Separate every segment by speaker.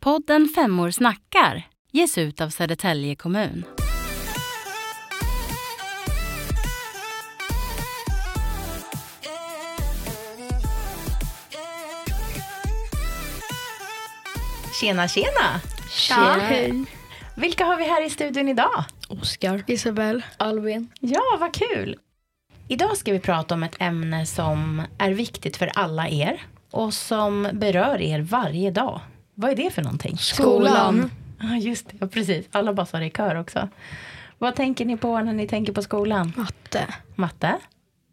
Speaker 1: Podden Femmor snackar ges ut av Södertälje kommun.
Speaker 2: Tjena, tjena! Vilka har vi här i studion idag?
Speaker 3: Oskar. Isabel. Albin.
Speaker 2: Ja, vad kul! Idag ska vi prata om ett ämne som är viktigt för alla er och som berör er varje dag. Vad är det för någonting?
Speaker 3: Skolan.
Speaker 2: Ja, just det. Ja, precis. Alla bara sa det i kör också. Vad tänker ni på när ni tänker på skolan?
Speaker 3: Matte.
Speaker 2: Matte?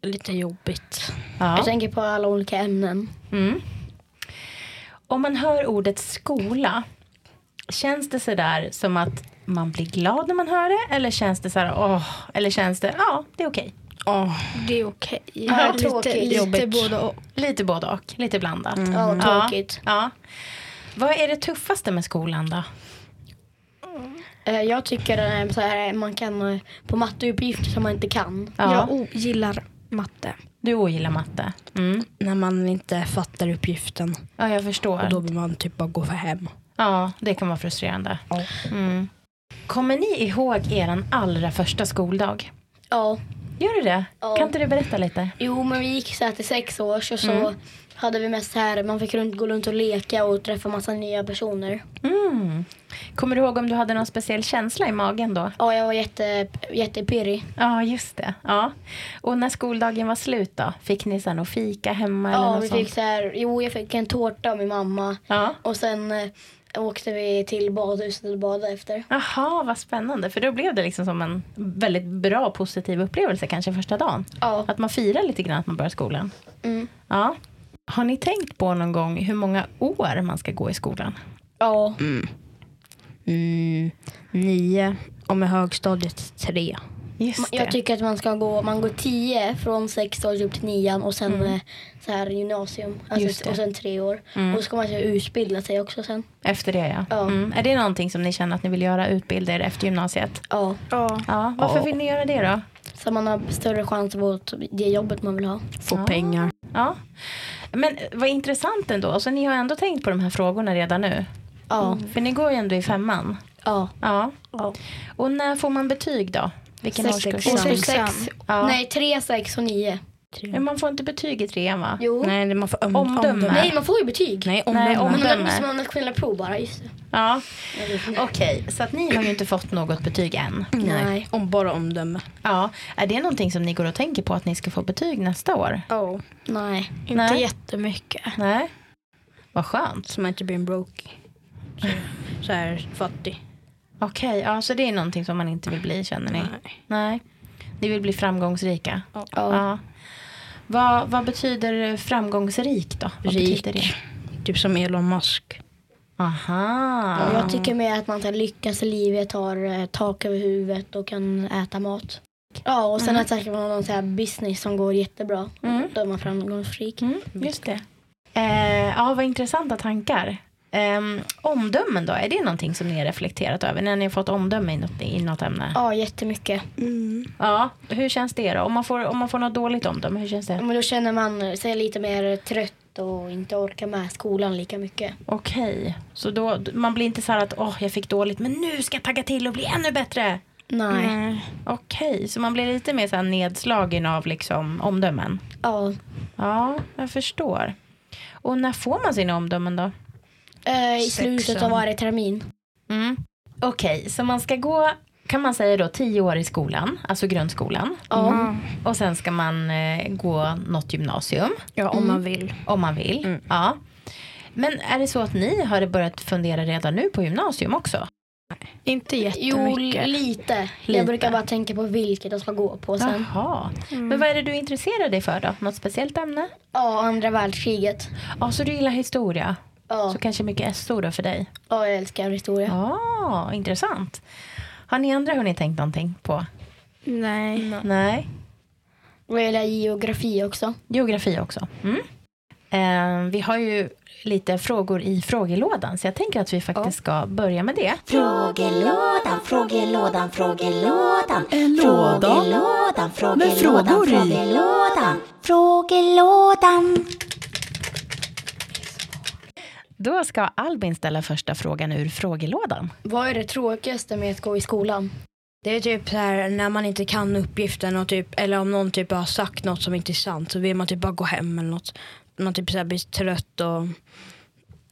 Speaker 4: Lite jobbigt.
Speaker 2: Ja.
Speaker 4: Jag tänker på alla olika ämnen.
Speaker 2: Mm. Om man hör ordet skola, känns det sådär som att man blir glad när man hör det? Eller känns det så här, åh, eller känns det, ja, det är okej?
Speaker 4: Det är okej.
Speaker 3: Ja,
Speaker 4: lite tråkigt.
Speaker 3: Lite, lite
Speaker 4: Jobbigt. Mm.
Speaker 3: både och.
Speaker 2: Lite både och, lite blandat.
Speaker 4: Ja,
Speaker 2: Ja.
Speaker 4: tråkigt.
Speaker 2: Ja. Vad är det tuffaste med skolan då?
Speaker 4: Eh, Jag tycker eh, så här, man kan eh, på matteuppgifter som man inte kan.
Speaker 2: Ja.
Speaker 3: Jag ogillar matte.
Speaker 2: Du ogillar matte? Mm.
Speaker 5: När man inte fattar uppgiften.
Speaker 2: Ja, jag förstår.
Speaker 5: Och då vill man typ bara gå för hem.
Speaker 2: Ja, det kan vara frustrerande.
Speaker 5: Ja.
Speaker 2: Mm. Kommer ni ihåg er allra första skoldag?
Speaker 4: Ja.
Speaker 2: Gör du det?
Speaker 4: Ja.
Speaker 2: Kan inte du berätta lite?
Speaker 4: Jo, men vi gick så här till sex års och så hade vi mest så här, man fick runt, gå runt och leka och träffa massa nya personer.
Speaker 2: Mm. Kommer du ihåg om du hade någon speciell känsla i magen då?
Speaker 4: Ja, jag var jätte, jättepirrig.
Speaker 2: Ja, just det. Ja. Och när skoldagen var slut då? Fick ni sen att fika hemma eller
Speaker 4: Ja,
Speaker 2: något
Speaker 4: vi
Speaker 2: sånt?
Speaker 4: fick så här, jo, jag fick en tårta av min mamma
Speaker 2: Ja.
Speaker 4: och sen eh, åkte vi till badhuset och badade efter.
Speaker 2: Jaha, vad spännande. För då blev det liksom som en väldigt bra positiv upplevelse kanske första dagen.
Speaker 4: Ja.
Speaker 2: Att man firar lite grann att man börjar skolan.
Speaker 4: Mm.
Speaker 2: Ja. Har ni tänkt på någon gång hur många år man ska gå i skolan?
Speaker 4: Ja.
Speaker 5: Mm, nio. Och med högstadiet tre.
Speaker 2: Just det.
Speaker 4: Jag tycker att man ska gå, man går 10 från sex år upp till nian och sen eh, så här gymnasium
Speaker 2: Mm. Just
Speaker 4: alltså,
Speaker 2: det.
Speaker 4: och sen tre år.
Speaker 2: Mm.
Speaker 4: Och så ska man så här utbilda sig också sen.
Speaker 2: Efter det ja.
Speaker 4: Ja.
Speaker 2: Mm. Är det någonting som ni känner att ni vill göra, utbilda er efter gymnasiet?
Speaker 4: Ja,
Speaker 3: Ja.
Speaker 2: Ja. Varför vill ni göra det då?
Speaker 4: så man har större chans att få t- det jobbet man vill ha.
Speaker 5: Få
Speaker 2: Ah.
Speaker 5: pengar.
Speaker 2: Ja. Men eh, vad intressant ändå. Så ni har ändå tänkt på de här frågorna redan nu?
Speaker 4: Ja,
Speaker 2: För ni går ju ändå i femman.
Speaker 4: ja.
Speaker 2: Ja. Och när får man betyg då? Vilken
Speaker 5: Sex-
Speaker 2: årskurs?
Speaker 5: sex-
Speaker 4: Årskurs
Speaker 3: Sexan.
Speaker 4: sex.
Speaker 2: Ja.
Speaker 4: Nej, tre, sex och nio.
Speaker 2: Men man får inte betyg i trean va?
Speaker 4: Jo. Nej,
Speaker 5: Nej, det- man får om,
Speaker 2: Omdöme.
Speaker 5: omdöme.
Speaker 4: man får ju betyg.
Speaker 5: Nej, omdöme.
Speaker 2: Nej, om-
Speaker 4: Men
Speaker 2: Omdöme.
Speaker 4: då måste man ha nationella prov bara, just det.
Speaker 2: Ja.
Speaker 4: Jag vet inte.
Speaker 2: Okej, så att ni har ju inte fått något betyg än.
Speaker 4: Nej.
Speaker 5: Om, bara omdöme.
Speaker 2: Ja. Är det någonting som ni går och tänker på att ni ska få betyg nästa år?
Speaker 5: Oh.
Speaker 4: Nej.
Speaker 5: Inte
Speaker 2: Nej.
Speaker 5: jättemycket.
Speaker 2: Nej. Vad skönt.
Speaker 5: Så man inte blir en broke. Så, så här fattig.
Speaker 2: Okej, ja, så det är någonting som man inte vill bli känner ni?
Speaker 5: Nej.
Speaker 2: Nej. Ni vill bli framgångsrika?
Speaker 5: Ja.
Speaker 2: Ja. Vad, vad betyder framgångsrik då? Vad
Speaker 5: Rik.
Speaker 2: betyder det?
Speaker 5: Typ som Elon Musk.
Speaker 2: Aha.
Speaker 4: Jag tycker mer att man kan lyckas i livet, har eh, tak över huvudet och kan äta mat. Ja, och sen att säkert man har någon så här business som går jättebra.
Speaker 2: Mm.
Speaker 4: Då är man framgångsrik.
Speaker 2: Mm, just det. Eh, ja, vad intressanta tankar. Ehm, omdömen då, är det någonting som ni har reflekterat över? När ni har fått omdöme i något, i något ämne? Ja.
Speaker 4: Ja, jättemycket.
Speaker 5: Mm.
Speaker 2: Hur känns det då? Om man, får, om man får något dåligt omdöme, hur känns det?
Speaker 4: Men då känner man sig lite mer trött och inte orkar med skolan lika mycket.
Speaker 2: Okej, så då, man blir inte så här att åh, jag fick dåligt, men nu ska jag tagga till och bli ännu bättre.
Speaker 4: Nej.
Speaker 2: Okej, så man blir lite mer så här nedslagen av liksom omdömen?
Speaker 4: Ja.
Speaker 2: Ja, jag förstår. Och när får man sina omdömen då?
Speaker 4: Eh, I slutet
Speaker 5: Sexan.
Speaker 4: av varje termin.
Speaker 2: Mm. Okej, så man ska gå, kan man säga då, tio år i skolan, alltså grundskolan. Mm.
Speaker 4: Ja.
Speaker 2: Och sen ska man eh, gå något gymnasium,
Speaker 5: Ja, om man vill.
Speaker 2: om man vill.
Speaker 5: Mm.
Speaker 2: Ja. Men är det så att ni har börjat fundera redan nu på gymnasium också?
Speaker 3: Inte
Speaker 4: Jo,
Speaker 3: jättemycket.
Speaker 4: lite.
Speaker 2: Lite.
Speaker 4: Jag brukar bara tänka på vilket jag ska gå på sen.
Speaker 2: Jaha. Men vad är det du är intresserad dig för då? Något speciellt ämne?
Speaker 4: Ja, andra världskriget.
Speaker 2: Ja, så du gillar historia?
Speaker 4: Ja,
Speaker 2: Så kanske mycket SO då för dig?
Speaker 4: ja jag älskar historia.
Speaker 2: Ja, intressant. Har ni andra hunnit tänkt någonting på?
Speaker 3: Nej.
Speaker 2: Nej.
Speaker 4: Mm. Och jag gillar geografi också.
Speaker 2: Geografi också. Mm. Eh, vi har ju lite frågor i frågelådan så jag tänker att vi faktiskt ska börja med det.
Speaker 6: Frågelådan, frågelådan, frågelådan.
Speaker 3: En låda
Speaker 6: Frågelådan,
Speaker 3: med
Speaker 6: frågelådan,
Speaker 3: frågor i.
Speaker 6: frågelådan. Frågelådan.
Speaker 2: Då ska Albin ställa första frågan ur frågelådan.
Speaker 4: Vad är det tråkigaste med att gå i skolan?
Speaker 5: Det är typ så här när man inte kan uppgiften och typ, eller om någon typ har sagt något som inte är sant så vill man typ bara gå hem eller något. Man typ så här blir trött och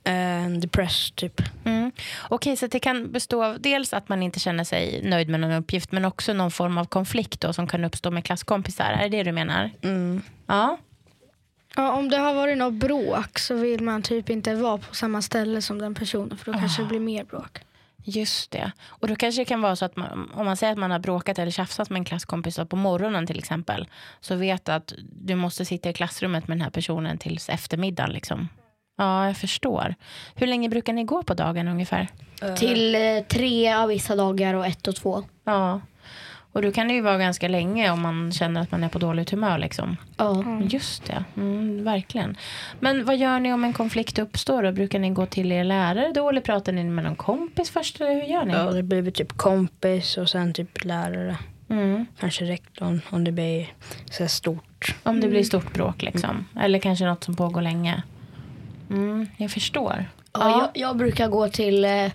Speaker 5: eh, depressed typ.
Speaker 2: Mm. Okej, så det kan bestå av dels att man inte känner sig nöjd med någon uppgift men också någon form av konflikt då, som kan uppstå med klasskompisar. Är det det du menar?
Speaker 5: Mm.
Speaker 2: Ja.
Speaker 3: Ja, om det har varit något bråk så vill man typ inte vara på samma ställe som den personen för då kanske det blir mer bråk.
Speaker 2: Just det. Och då kanske det kan vara så att man, om man säger att man har bråkat eller tjafsat med en klasskompis på morgonen till exempel. Så vet du att du måste sitta i klassrummet med den här personen tills eftermiddagen. Liksom. Ja, jag förstår. Hur länge brukar ni gå på dagen ungefär?
Speaker 4: Till eh, tre av vissa dagar och ett och två.
Speaker 2: Ja. Och då kan det ju vara ganska länge om man känner att man är på dåligt humör. Liksom.
Speaker 4: Ja.
Speaker 2: Just det, mm, verkligen. Men vad gör ni om en konflikt uppstår? Då? Brukar ni gå till er lärare då? Eller pratar ni med någon kompis först? Eller hur gör ni?
Speaker 5: Ja, det blir väl typ kompis och sen typ lärare.
Speaker 2: Mm.
Speaker 5: Kanske rektorn om det blir så här stort.
Speaker 2: Om det blir stort bråk liksom. Eller kanske något som pågår länge. Mm, jag förstår.
Speaker 4: Ja, jag, jag brukar gå till, eh,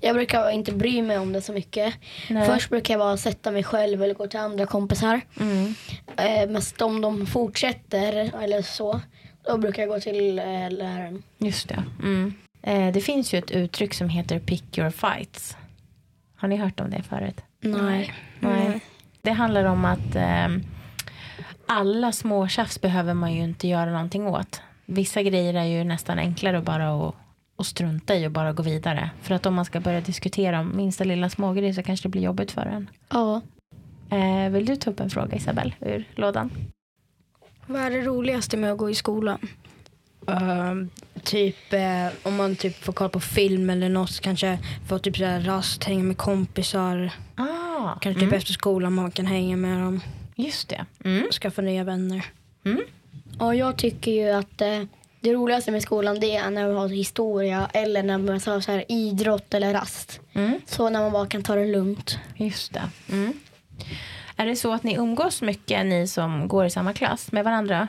Speaker 4: jag brukar inte bry mig om det så mycket.
Speaker 2: Nej.
Speaker 4: Först brukar jag bara sätta mig själv eller gå till andra kompisar.
Speaker 2: Mm.
Speaker 4: Eh, men om de fortsätter eller så, då brukar jag gå till eh, läraren.
Speaker 2: Just det. Mm. Eh, det finns ju ett uttryck som heter pick your fights. Har ni hört om det förut?
Speaker 4: Nej.
Speaker 2: Nej. Det handlar om att eh, alla småtjafs behöver man ju inte göra någonting åt. Vissa grejer är ju nästan enklare att bara att, att strunta i och bara gå vidare. För att om man ska börja diskutera om minsta lilla smågrej så kanske det blir jobbigt för en.
Speaker 4: Ja.
Speaker 2: Eh, vill du ta upp en fråga Isabel ur lådan?
Speaker 3: Vad är det roligaste med att gå i skolan?
Speaker 5: Ehm, typ eh, om man typ får kolla på film eller något kanske få typ så här rast, hänga med kompisar.
Speaker 2: Ah, mm.
Speaker 5: Kanske typ efter skolan man kan hänga med dem,
Speaker 2: Just det. Mm.
Speaker 5: skaffa nya vänner.
Speaker 2: Mm.
Speaker 4: Ja, jag tycker ju att eh, det roligaste med skolan det är när vi har historia eller när man har så här idrott eller rast.
Speaker 2: Mm.
Speaker 4: Så när man bara kan ta det lugnt.
Speaker 2: Just det. Mm. Är det så att ni umgås mycket, ni som går i samma klass, med varandra?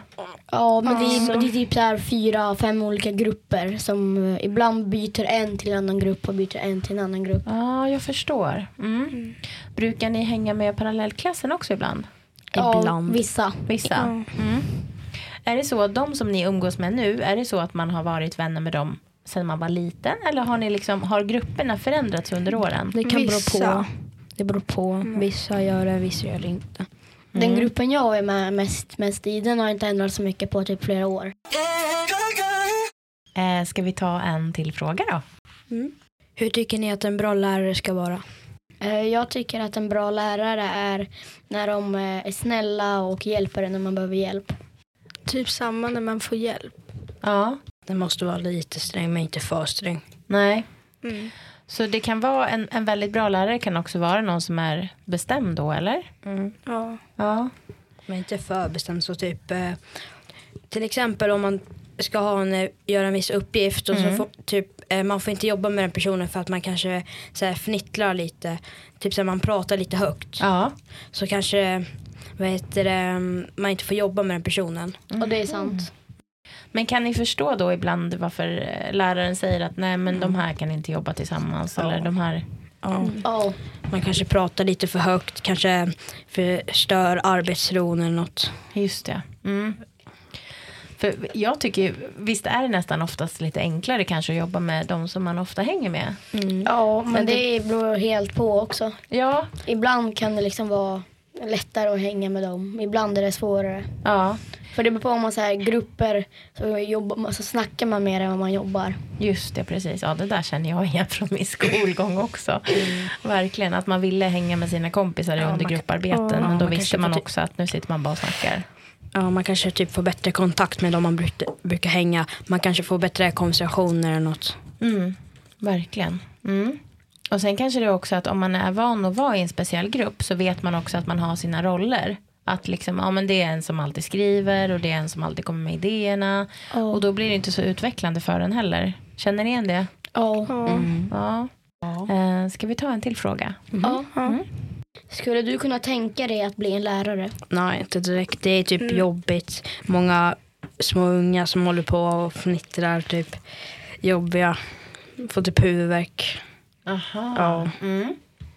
Speaker 4: Ja, men det är, det är typ så här fyra, fem olika grupper som eh, ibland byter en till en annan grupp och byter en till en annan grupp.
Speaker 2: Ja, jag förstår. Mm. Brukar ni hänga med parallellklassen också ibland?
Speaker 4: Ja,
Speaker 5: Ibland.
Speaker 4: vissa.
Speaker 2: Vissa? Mm. Är det så att de som ni umgås med nu, är det så att man har varit vänner med dem sedan man var liten? Eller har, ni liksom, har grupperna förändrats under åren?
Speaker 5: Det kan bero
Speaker 3: Vissa.
Speaker 5: på. Det beror på. Vissa gör det, vissa gör det inte.
Speaker 4: Den
Speaker 2: Mm.
Speaker 4: gruppen jag är med mest, mest i den har inte ändrats så mycket på typ flera år.
Speaker 2: Eh, ska vi ta en till fråga då?
Speaker 5: Hur tycker ni att en bra lärare ska vara?
Speaker 4: Eh, Jag tycker att en bra lärare är när de eh, är snälla och hjälper en när man behöver hjälp.
Speaker 3: Typ samma när man får hjälp.
Speaker 2: Ja.
Speaker 5: Den måste vara lite sträng men inte för sträng.
Speaker 2: Nej.
Speaker 3: Mm.
Speaker 2: Så det kan vara en, en väldigt bra lärare kan också vara någon som är bestämd då, eller?
Speaker 3: Ja.
Speaker 2: Ja.
Speaker 5: Men inte för bestämd så typ eh, till exempel om man ska ha en, eh, göra en viss uppgift och så får, typ, eh, man får inte jobba med den personen för att man kanske så här, fnittrar lite. Typ så här, man pratar lite högt.
Speaker 2: Ja.
Speaker 5: Så kanske vad heter det, mm, man inte får jobba med den personen.
Speaker 4: Och det är sant.
Speaker 2: Men kan ni förstå då ibland varför eh, läraren säger att nej men de här kan inte jobba tillsammans eller de här?
Speaker 4: Ja,
Speaker 5: Man kanske pratar lite för högt, kanske förstör arbetsron eller något.
Speaker 2: Just det. Mm. För jag tycker ju, visst är det nästan oftast lite enklare kanske att jobba med de som man ofta hänger med?
Speaker 4: ja men det beror helt på också.
Speaker 2: Ja.
Speaker 4: Ibland kan det liksom vara lättare att hänga med dem. Ibland är det svårare.
Speaker 2: Ja,
Speaker 4: För det beror på om man så här grupper så, jobbar, man- så snackar man mer än vad man jobbar.
Speaker 2: just det precis. Ja, det där känner jag igen från min skolgång också. Verkligen, att man ville hänga med sina kompisar under grupparbeten. men då
Speaker 5: man
Speaker 2: visste
Speaker 5: kanske
Speaker 2: man
Speaker 5: får ty-
Speaker 2: också att nu sitter man bara och snackar.
Speaker 5: Ja, man kanske typ får bättre kontakt med dem man brukar, brukar hänga. Man kanske får bättre konversationer eller något.
Speaker 2: Mm, verkligen. Mm. Och sen kanske det är också att om man är van att vara i en speciell grupp så vet man också att man har sina roller. Att liksom, ja men det är en som alltid skriver och det är en som alltid kommer med idéerna. Och då blir det inte så utvecklande för den heller. Känner ni igen det?
Speaker 4: Ja.
Speaker 3: Mm.
Speaker 5: Mm.
Speaker 2: Ja. Eh, ska vi ta en till fråga? Mm.
Speaker 4: ja.
Speaker 3: Mm.
Speaker 4: Skulle du kunna tänka dig att bli en lärare?
Speaker 5: Nej, inte direkt. Det är typ jobbigt. Många små unga som håller på och fnittrar typ. jobbiga. Får typ huvudvärk.
Speaker 2: Aha.
Speaker 5: Ja.
Speaker 2: Mm.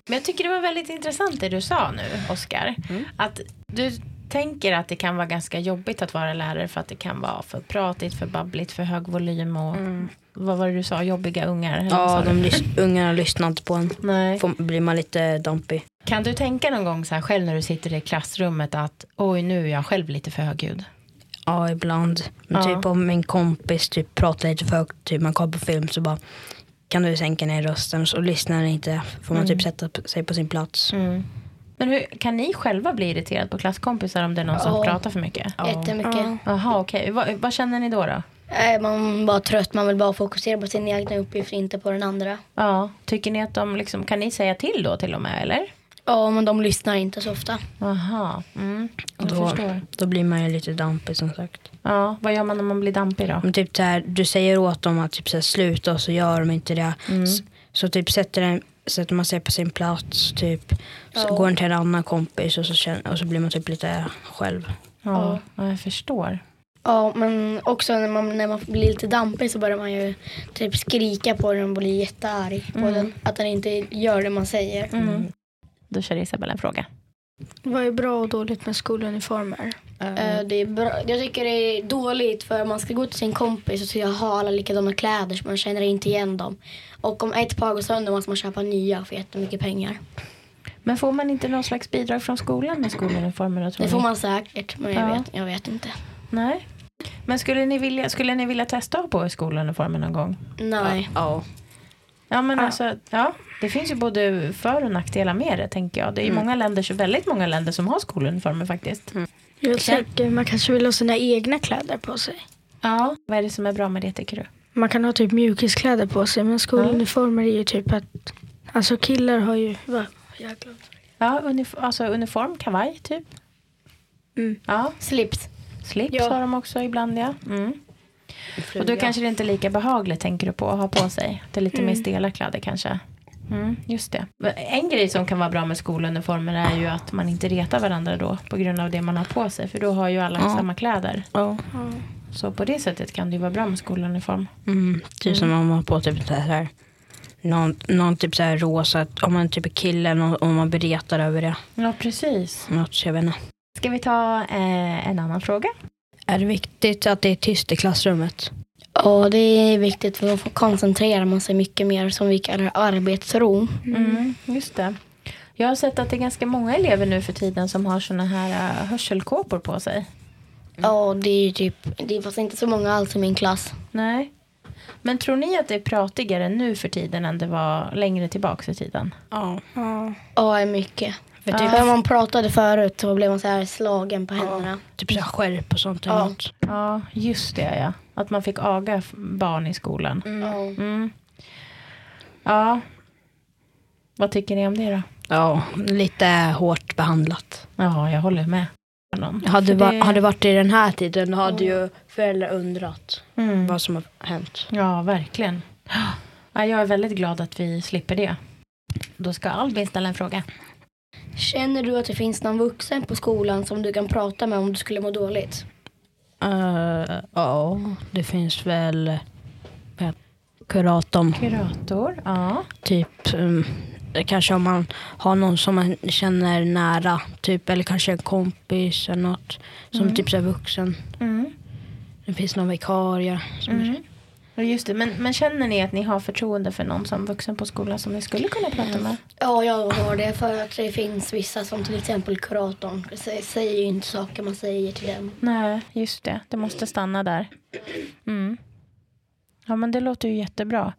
Speaker 2: Men jag tycker det var väldigt intressant det du sa nu, Oskar. Att du tänker att det kan vara ganska jobbigt att vara lärare för att det kan vara för pratigt, för babbligt, för hög volym och vad var det du sa, jobbiga ungar? Eller vad sa
Speaker 5: Ja,
Speaker 2: du?
Speaker 5: de lys- ungarna lyssnar inte på en.
Speaker 2: Nej.
Speaker 5: Får, blir man lite dampig.
Speaker 2: Kan du tänka någon gång så här själv när du sitter i klassrummet att oj nu är jag själv lite för högljudd?
Speaker 5: Ja, ibland. Men
Speaker 2: Ja.
Speaker 5: Typ om min kompis typ pratar lite för högt, typ man kollar på film så bara kan du sänka ner rösten så lyssnar den inte. Får
Speaker 2: Mm.
Speaker 5: man typ sätta p- sig på sin plats.
Speaker 2: Men hur, kan ni själva bli irriterade på klasskompisar om det är någon som
Speaker 4: Ja.
Speaker 2: pratar för mycket?
Speaker 4: Jättemycket.
Speaker 2: Jaha okej, vad, vad känner ni då? då?
Speaker 4: Nej, Man är bara trött, man vill bara fokusera på sin egna uppgift, inte på den andra.
Speaker 2: Ja, tycker ni att de liksom, kan ni säga till då till och med eller?
Speaker 4: Ja, men de lyssnar inte så ofta.
Speaker 2: Jaha, mm, jag
Speaker 5: Då,
Speaker 2: förstår.
Speaker 5: då blir man ju lite dampig som sagt.
Speaker 2: Ja, vad gör man om man blir dampig då?
Speaker 5: Men typ så här, du säger åt dem att typ så här, sluta och så gör de inte det.
Speaker 2: Mm.
Speaker 5: S- Så typ sätter, den, sätter man sig på sin plats typ. Så går den till en annan kompis och så, känner, och så blir man typ lite själv.
Speaker 2: Ja, ja jag förstår.
Speaker 4: Ja, men också när man, när man blir lite dampig så börjar man ju typ skrika på den och bli jättearg på den. Att den inte gör det man säger.
Speaker 2: Mm. Då kör Isabella en fråga.
Speaker 3: Vad är bra och dåligt med skoluniformer?
Speaker 2: Mm.
Speaker 4: Eh, Det är bra. Jag tycker det är dåligt för man ska gå till sin kompis och säga ha alla likadana kläder så man känner inte igen dem. Och om ett par går sönder måste man köpa nya för jättemycket pengar.
Speaker 2: Men får man inte någon slags bidrag från skolan med skoluniformer?
Speaker 4: Det får man säkert, men jag,
Speaker 2: Mm. Ja.
Speaker 4: vet, jag vet inte.
Speaker 2: Nej. Men skulle ni vilja, skulle ni vilja testa att ha på er skoluniformen någon gång?
Speaker 4: Nej.
Speaker 5: Ja.
Speaker 2: Ja, men alltså, ja, det finns ju både för och nackdelar med det, tänker jag. Det är ju många länder, väldigt många länder som har skoluniformer faktiskt.
Speaker 3: Jag tycker man kanske vill ha sina egna kläder på sig.
Speaker 2: Ja. Vad är det som är bra med det, tycker du?
Speaker 3: Man kan ha typ mjukiskläder på sig men skoluniformer är ju typ att Alltså killar har ju va? Jäklar.
Speaker 2: Ja, unif- alltså uniform, kavaj, typ.
Speaker 3: Mm.
Speaker 2: Ja,
Speaker 4: Slips.
Speaker 2: slips
Speaker 4: Ja.
Speaker 2: har de också ibland, ja. Mm. Och då kanske det inte är lika behagligt, tänker du på, att ha på sig. Det är lite mer stela kläder kanske. Mm, just det. Mm. En grej som kan vara bra med skoluniformer är ju att man inte retar varandra då på grund av det man har på sig. För då har ju alla samma kläder.
Speaker 5: Ja.
Speaker 2: Så på det sättet kan det ju vara bra med skoluniform.
Speaker 5: Mm, typ som om man har på typ så här, någon, någon typ så här rosa, om man typ är kille och om man berättar över det.
Speaker 2: Ja, precis.
Speaker 5: Något, jag vet inte.
Speaker 2: Ska vi ta eh, en annan fråga?
Speaker 5: Är det viktigt att det är tyst i klassrummet?
Speaker 4: Ja, det är viktigt för då får- koncentrerar man sig mycket mer som vi kallar arbetsro.
Speaker 2: Mm, just det. Jag har sett att det är ganska många elever nu för tiden som har såna här eh, hörselkåpor på sig.
Speaker 4: Ja, det är ju typ, det är fast inte så många alls i min klass.
Speaker 2: Nej. Men tror ni att det är pratigare nu för tiden än det var längre tillbaka i tiden?
Speaker 5: Ja.
Speaker 4: Ja, är mycket. För
Speaker 2: typ-
Speaker 4: när man pratade förut så blev man så här slagen på händerna.
Speaker 5: Typ så här skärp och sånt. eller
Speaker 4: Ja.
Speaker 5: Något.
Speaker 2: Ja, just det ja. Att man fick aga f- barn i skolan.
Speaker 4: Ja.
Speaker 2: Mm. Ja. Vad tycker ni om det då?
Speaker 5: Ja, lite hårt behandlat.
Speaker 2: Ja, jag håller med. Någon.
Speaker 5: Hade,
Speaker 2: För
Speaker 5: va,
Speaker 2: det-
Speaker 5: hade varit i den här tiden då hade ju föräldrar undrat
Speaker 2: Mm.
Speaker 5: vad som har hänt.
Speaker 2: Ja, verkligen. Ja, jag är väldigt glad att vi slipper det. Då ska Albin ställa en fråga.
Speaker 4: Känner du att det finns någon vuxen på skolan som du kan prata med om du skulle må dåligt?
Speaker 5: Eh, ja, det finns väl eh, kuratorn.
Speaker 2: Kurator, ja.
Speaker 5: Typ um, kanske om man har någon som man känner nära. Typ, eller kanske en kompis eller något. Som typ så här vuxen.
Speaker 2: Mm.
Speaker 5: Det finns någon vikarie. Som
Speaker 2: Mm. Ja, Just det. Men, men känner ni att ni har förtroende för någon som vuxen på skolan som ni skulle kunna prata med?
Speaker 4: Ja, jag har det för att det finns vissa som till exempel kuratorn sä- säger ju inte saker man säger till dem.
Speaker 2: Nej, just det. Det måste stanna där. Mm. Ja, men det låter ju jättebra.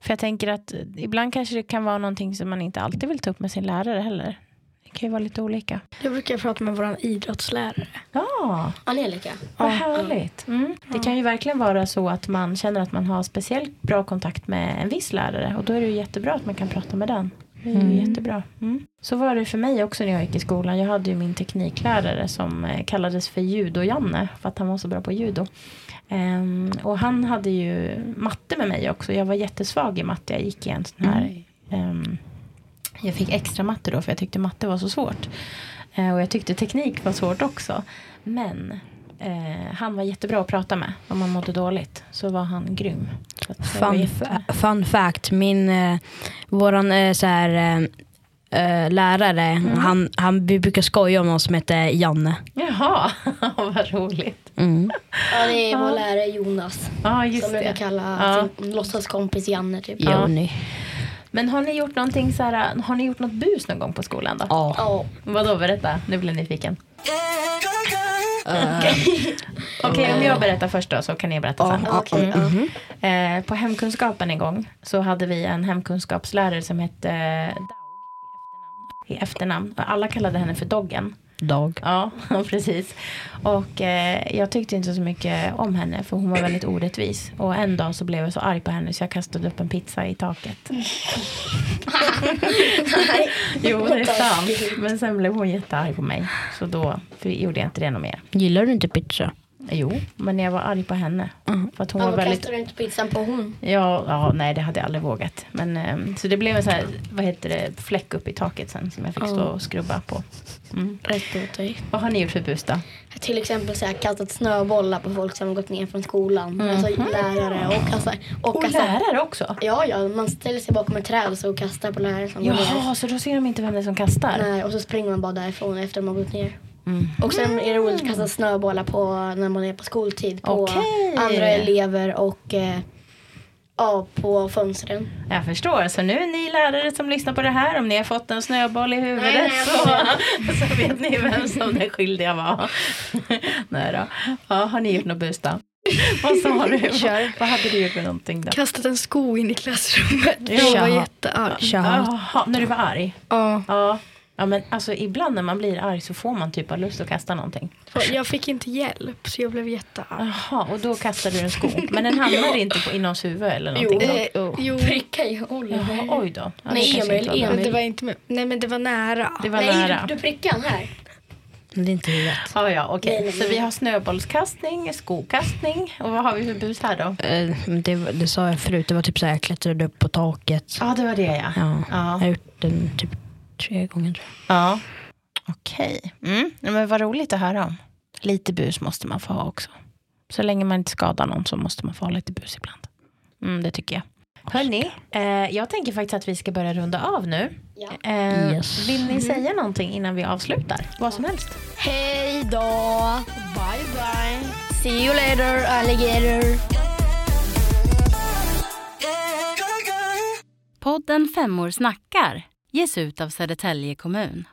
Speaker 2: För jag tänker att ibland kanske det kan vara någonting som man inte alltid vill ta upp med sin lärare heller. Det kan ju vara lite olika.
Speaker 3: Jag brukar prata med vår idrottslärare.
Speaker 2: Ja,
Speaker 4: Angelica?
Speaker 2: Vad härligt. Mm. Det kan ju verkligen vara så att man känner att man har speciellt bra kontakt med en viss lärare och då är det ju jättebra att man kan prata med den. Det är ju jättebra. Mm. Så var det för mig också när jag gick i skolan. Jag hade ju min tekniklärare som eh, kallades för Judo-Janne för att han var så bra på judo. Ehm, och han hade ju matte med mig också. Jag var jättesvag i matte. Jag gick i en sån här... ehm, jag fick extra matte då för jag tyckte matte var så svårt. Eh, och jag tyckte teknik var svårt också. Men eh, han var jättebra att prata med. Om man mådde dåligt så var han grym. Så att jag var
Speaker 5: Fun,
Speaker 2: jätte-
Speaker 5: fa- fun fact, min, eh, våran eh, så här, eh, eh, lärare, han, han, vi brukar skoja om någon som heter Janne.
Speaker 2: Jaha, vad roligt.
Speaker 5: Mm.
Speaker 4: Ja, det är vår lärare Jonas.
Speaker 2: Ja, just
Speaker 4: som brukar
Speaker 2: det.
Speaker 4: kalla
Speaker 2: Ja.
Speaker 4: sin låtsaskompis Janne typ.
Speaker 2: Ja.
Speaker 5: Jonny.
Speaker 2: Men har ni gjort någonting så här, har ni gjort något bus någon gång på skolan då?
Speaker 5: Ja.
Speaker 4: Ja.
Speaker 2: Vadå, berätta. Nu blir jag nyfiken. Okej, om jag berättar först då så kan ni berätta sen.
Speaker 4: Okej, ja.
Speaker 2: Eh, på hemkunskapen en gång så hade vi en hemkunskapslärare som hette eh, Daug i efternamn. Och Alla kallade henne för Doggen.
Speaker 5: Dag.
Speaker 2: Ja, precis. Och eh, jag tyckte inte så mycket om henne för hon var väldigt orättvis. Och en dag så blev jag så arg på henne så jag kastade upp en pizza i taket. jo, det är sant. Men sen blev hon jättearg på mig. Så då gjorde jag inte det något mer.
Speaker 5: Gillar du inte pizza?
Speaker 2: Jo, men jag var arg på henne. För att hon var
Speaker 4: Mm. Ja, då
Speaker 2: väldigt
Speaker 4: kastar du inte pizzan på hon.
Speaker 2: Ja, ja, nej det hade jag aldrig vågat. Men, ehm, så det blev en sån här, vad heter det, fläck upp i taket sen som jag fick stå och skrubba på. Mm.
Speaker 4: Rätt mot dig.
Speaker 2: Vad har ni gjort för bus då?
Speaker 4: Till exempel så här, kastat snöbollar på folk som har gått ner från skolan.
Speaker 2: Mm.
Speaker 4: Alltså lärare och alltså, och,
Speaker 2: Och
Speaker 4: alltså,
Speaker 2: lärare också?
Speaker 4: Ja, ja, man ställer sig bakom ett träd och så kastar på läraren som går ner.
Speaker 2: Jaha, så då ser de inte vem det är som kastar?
Speaker 4: Nej, och så springer man bara därifrån efter de har gått ner.
Speaker 2: Mm.
Speaker 4: Och sen är det roligt att kasta snöbollar på när man är på skoltid. På
Speaker 2: Okej.
Speaker 4: andra elever och eh, ja, på fönstren.
Speaker 2: Jag förstår, så nu är ni lärare som lyssnar på det här, om ni har fått en snöboll i huvudet
Speaker 4: Nej, nej,
Speaker 2: så, så vet ni vem som den skyldiga var. nej då. Ja, har ni gjort något bus då? Vad sa du? Vad, vad hade du gjort för någonting då?
Speaker 3: Kastat en sko in i klassrummet.
Speaker 2: Jag
Speaker 3: Jag
Speaker 2: var
Speaker 3: var
Speaker 2: Jaha.
Speaker 3: jättearg.
Speaker 5: Tja.
Speaker 2: Jaha, när du var arg?
Speaker 3: Ja.
Speaker 2: Ja. ja, men alltså ibland när man blir arg så får man typ av lust att kasta någonting.
Speaker 3: För Jag fick inte hjälp så jag blev jättearg.
Speaker 2: Jaha, och då kastar du en sko. Men den hamnar inte på, i någons huvud eller någonting?
Speaker 4: Jo.
Speaker 2: då?
Speaker 3: Eh, jo.
Speaker 4: Pricka i Oliver.
Speaker 2: Jaha, oj då. Ja, det
Speaker 4: Nej,
Speaker 2: kanske
Speaker 4: Emil,
Speaker 2: inte var bra.
Speaker 4: Emil.
Speaker 3: Men det var inte med. Nej men det var nära.
Speaker 2: Det var
Speaker 4: Nej,
Speaker 2: nära.
Speaker 4: du, du prickade han här.
Speaker 5: Det är inte rätt.
Speaker 2: Ja, ja, okej.
Speaker 4: Nej, nej,
Speaker 2: Så vi har snöbollskastning, skokastning och vad har vi för bus här då?
Speaker 5: Eh, Det, det sa jag förut, det var typ så här, jag klättrade upp på taket.
Speaker 2: Ja, det var det ja.
Speaker 5: Ja. Jag har
Speaker 2: Ja,
Speaker 5: gjort den typ tre gånger tror jag.
Speaker 2: ja. okej. Mm. Ja, Men vad roligt att höra om. Lite bus måste man få ha också. Så länge man inte skadar någon så måste man få ha lite bus ibland. Mm, det tycker jag. Hörni, eh, jag tänker faktiskt att vi ska börja runda av nu.
Speaker 4: Ja.
Speaker 2: Eh,
Speaker 5: Yes.
Speaker 2: Vill ni säga någonting innan vi avslutar? Vad som helst.
Speaker 4: Hej då! Bye bye! See you later alligator!
Speaker 1: Podden Femmor snackar ges ut av Södertälje kommun.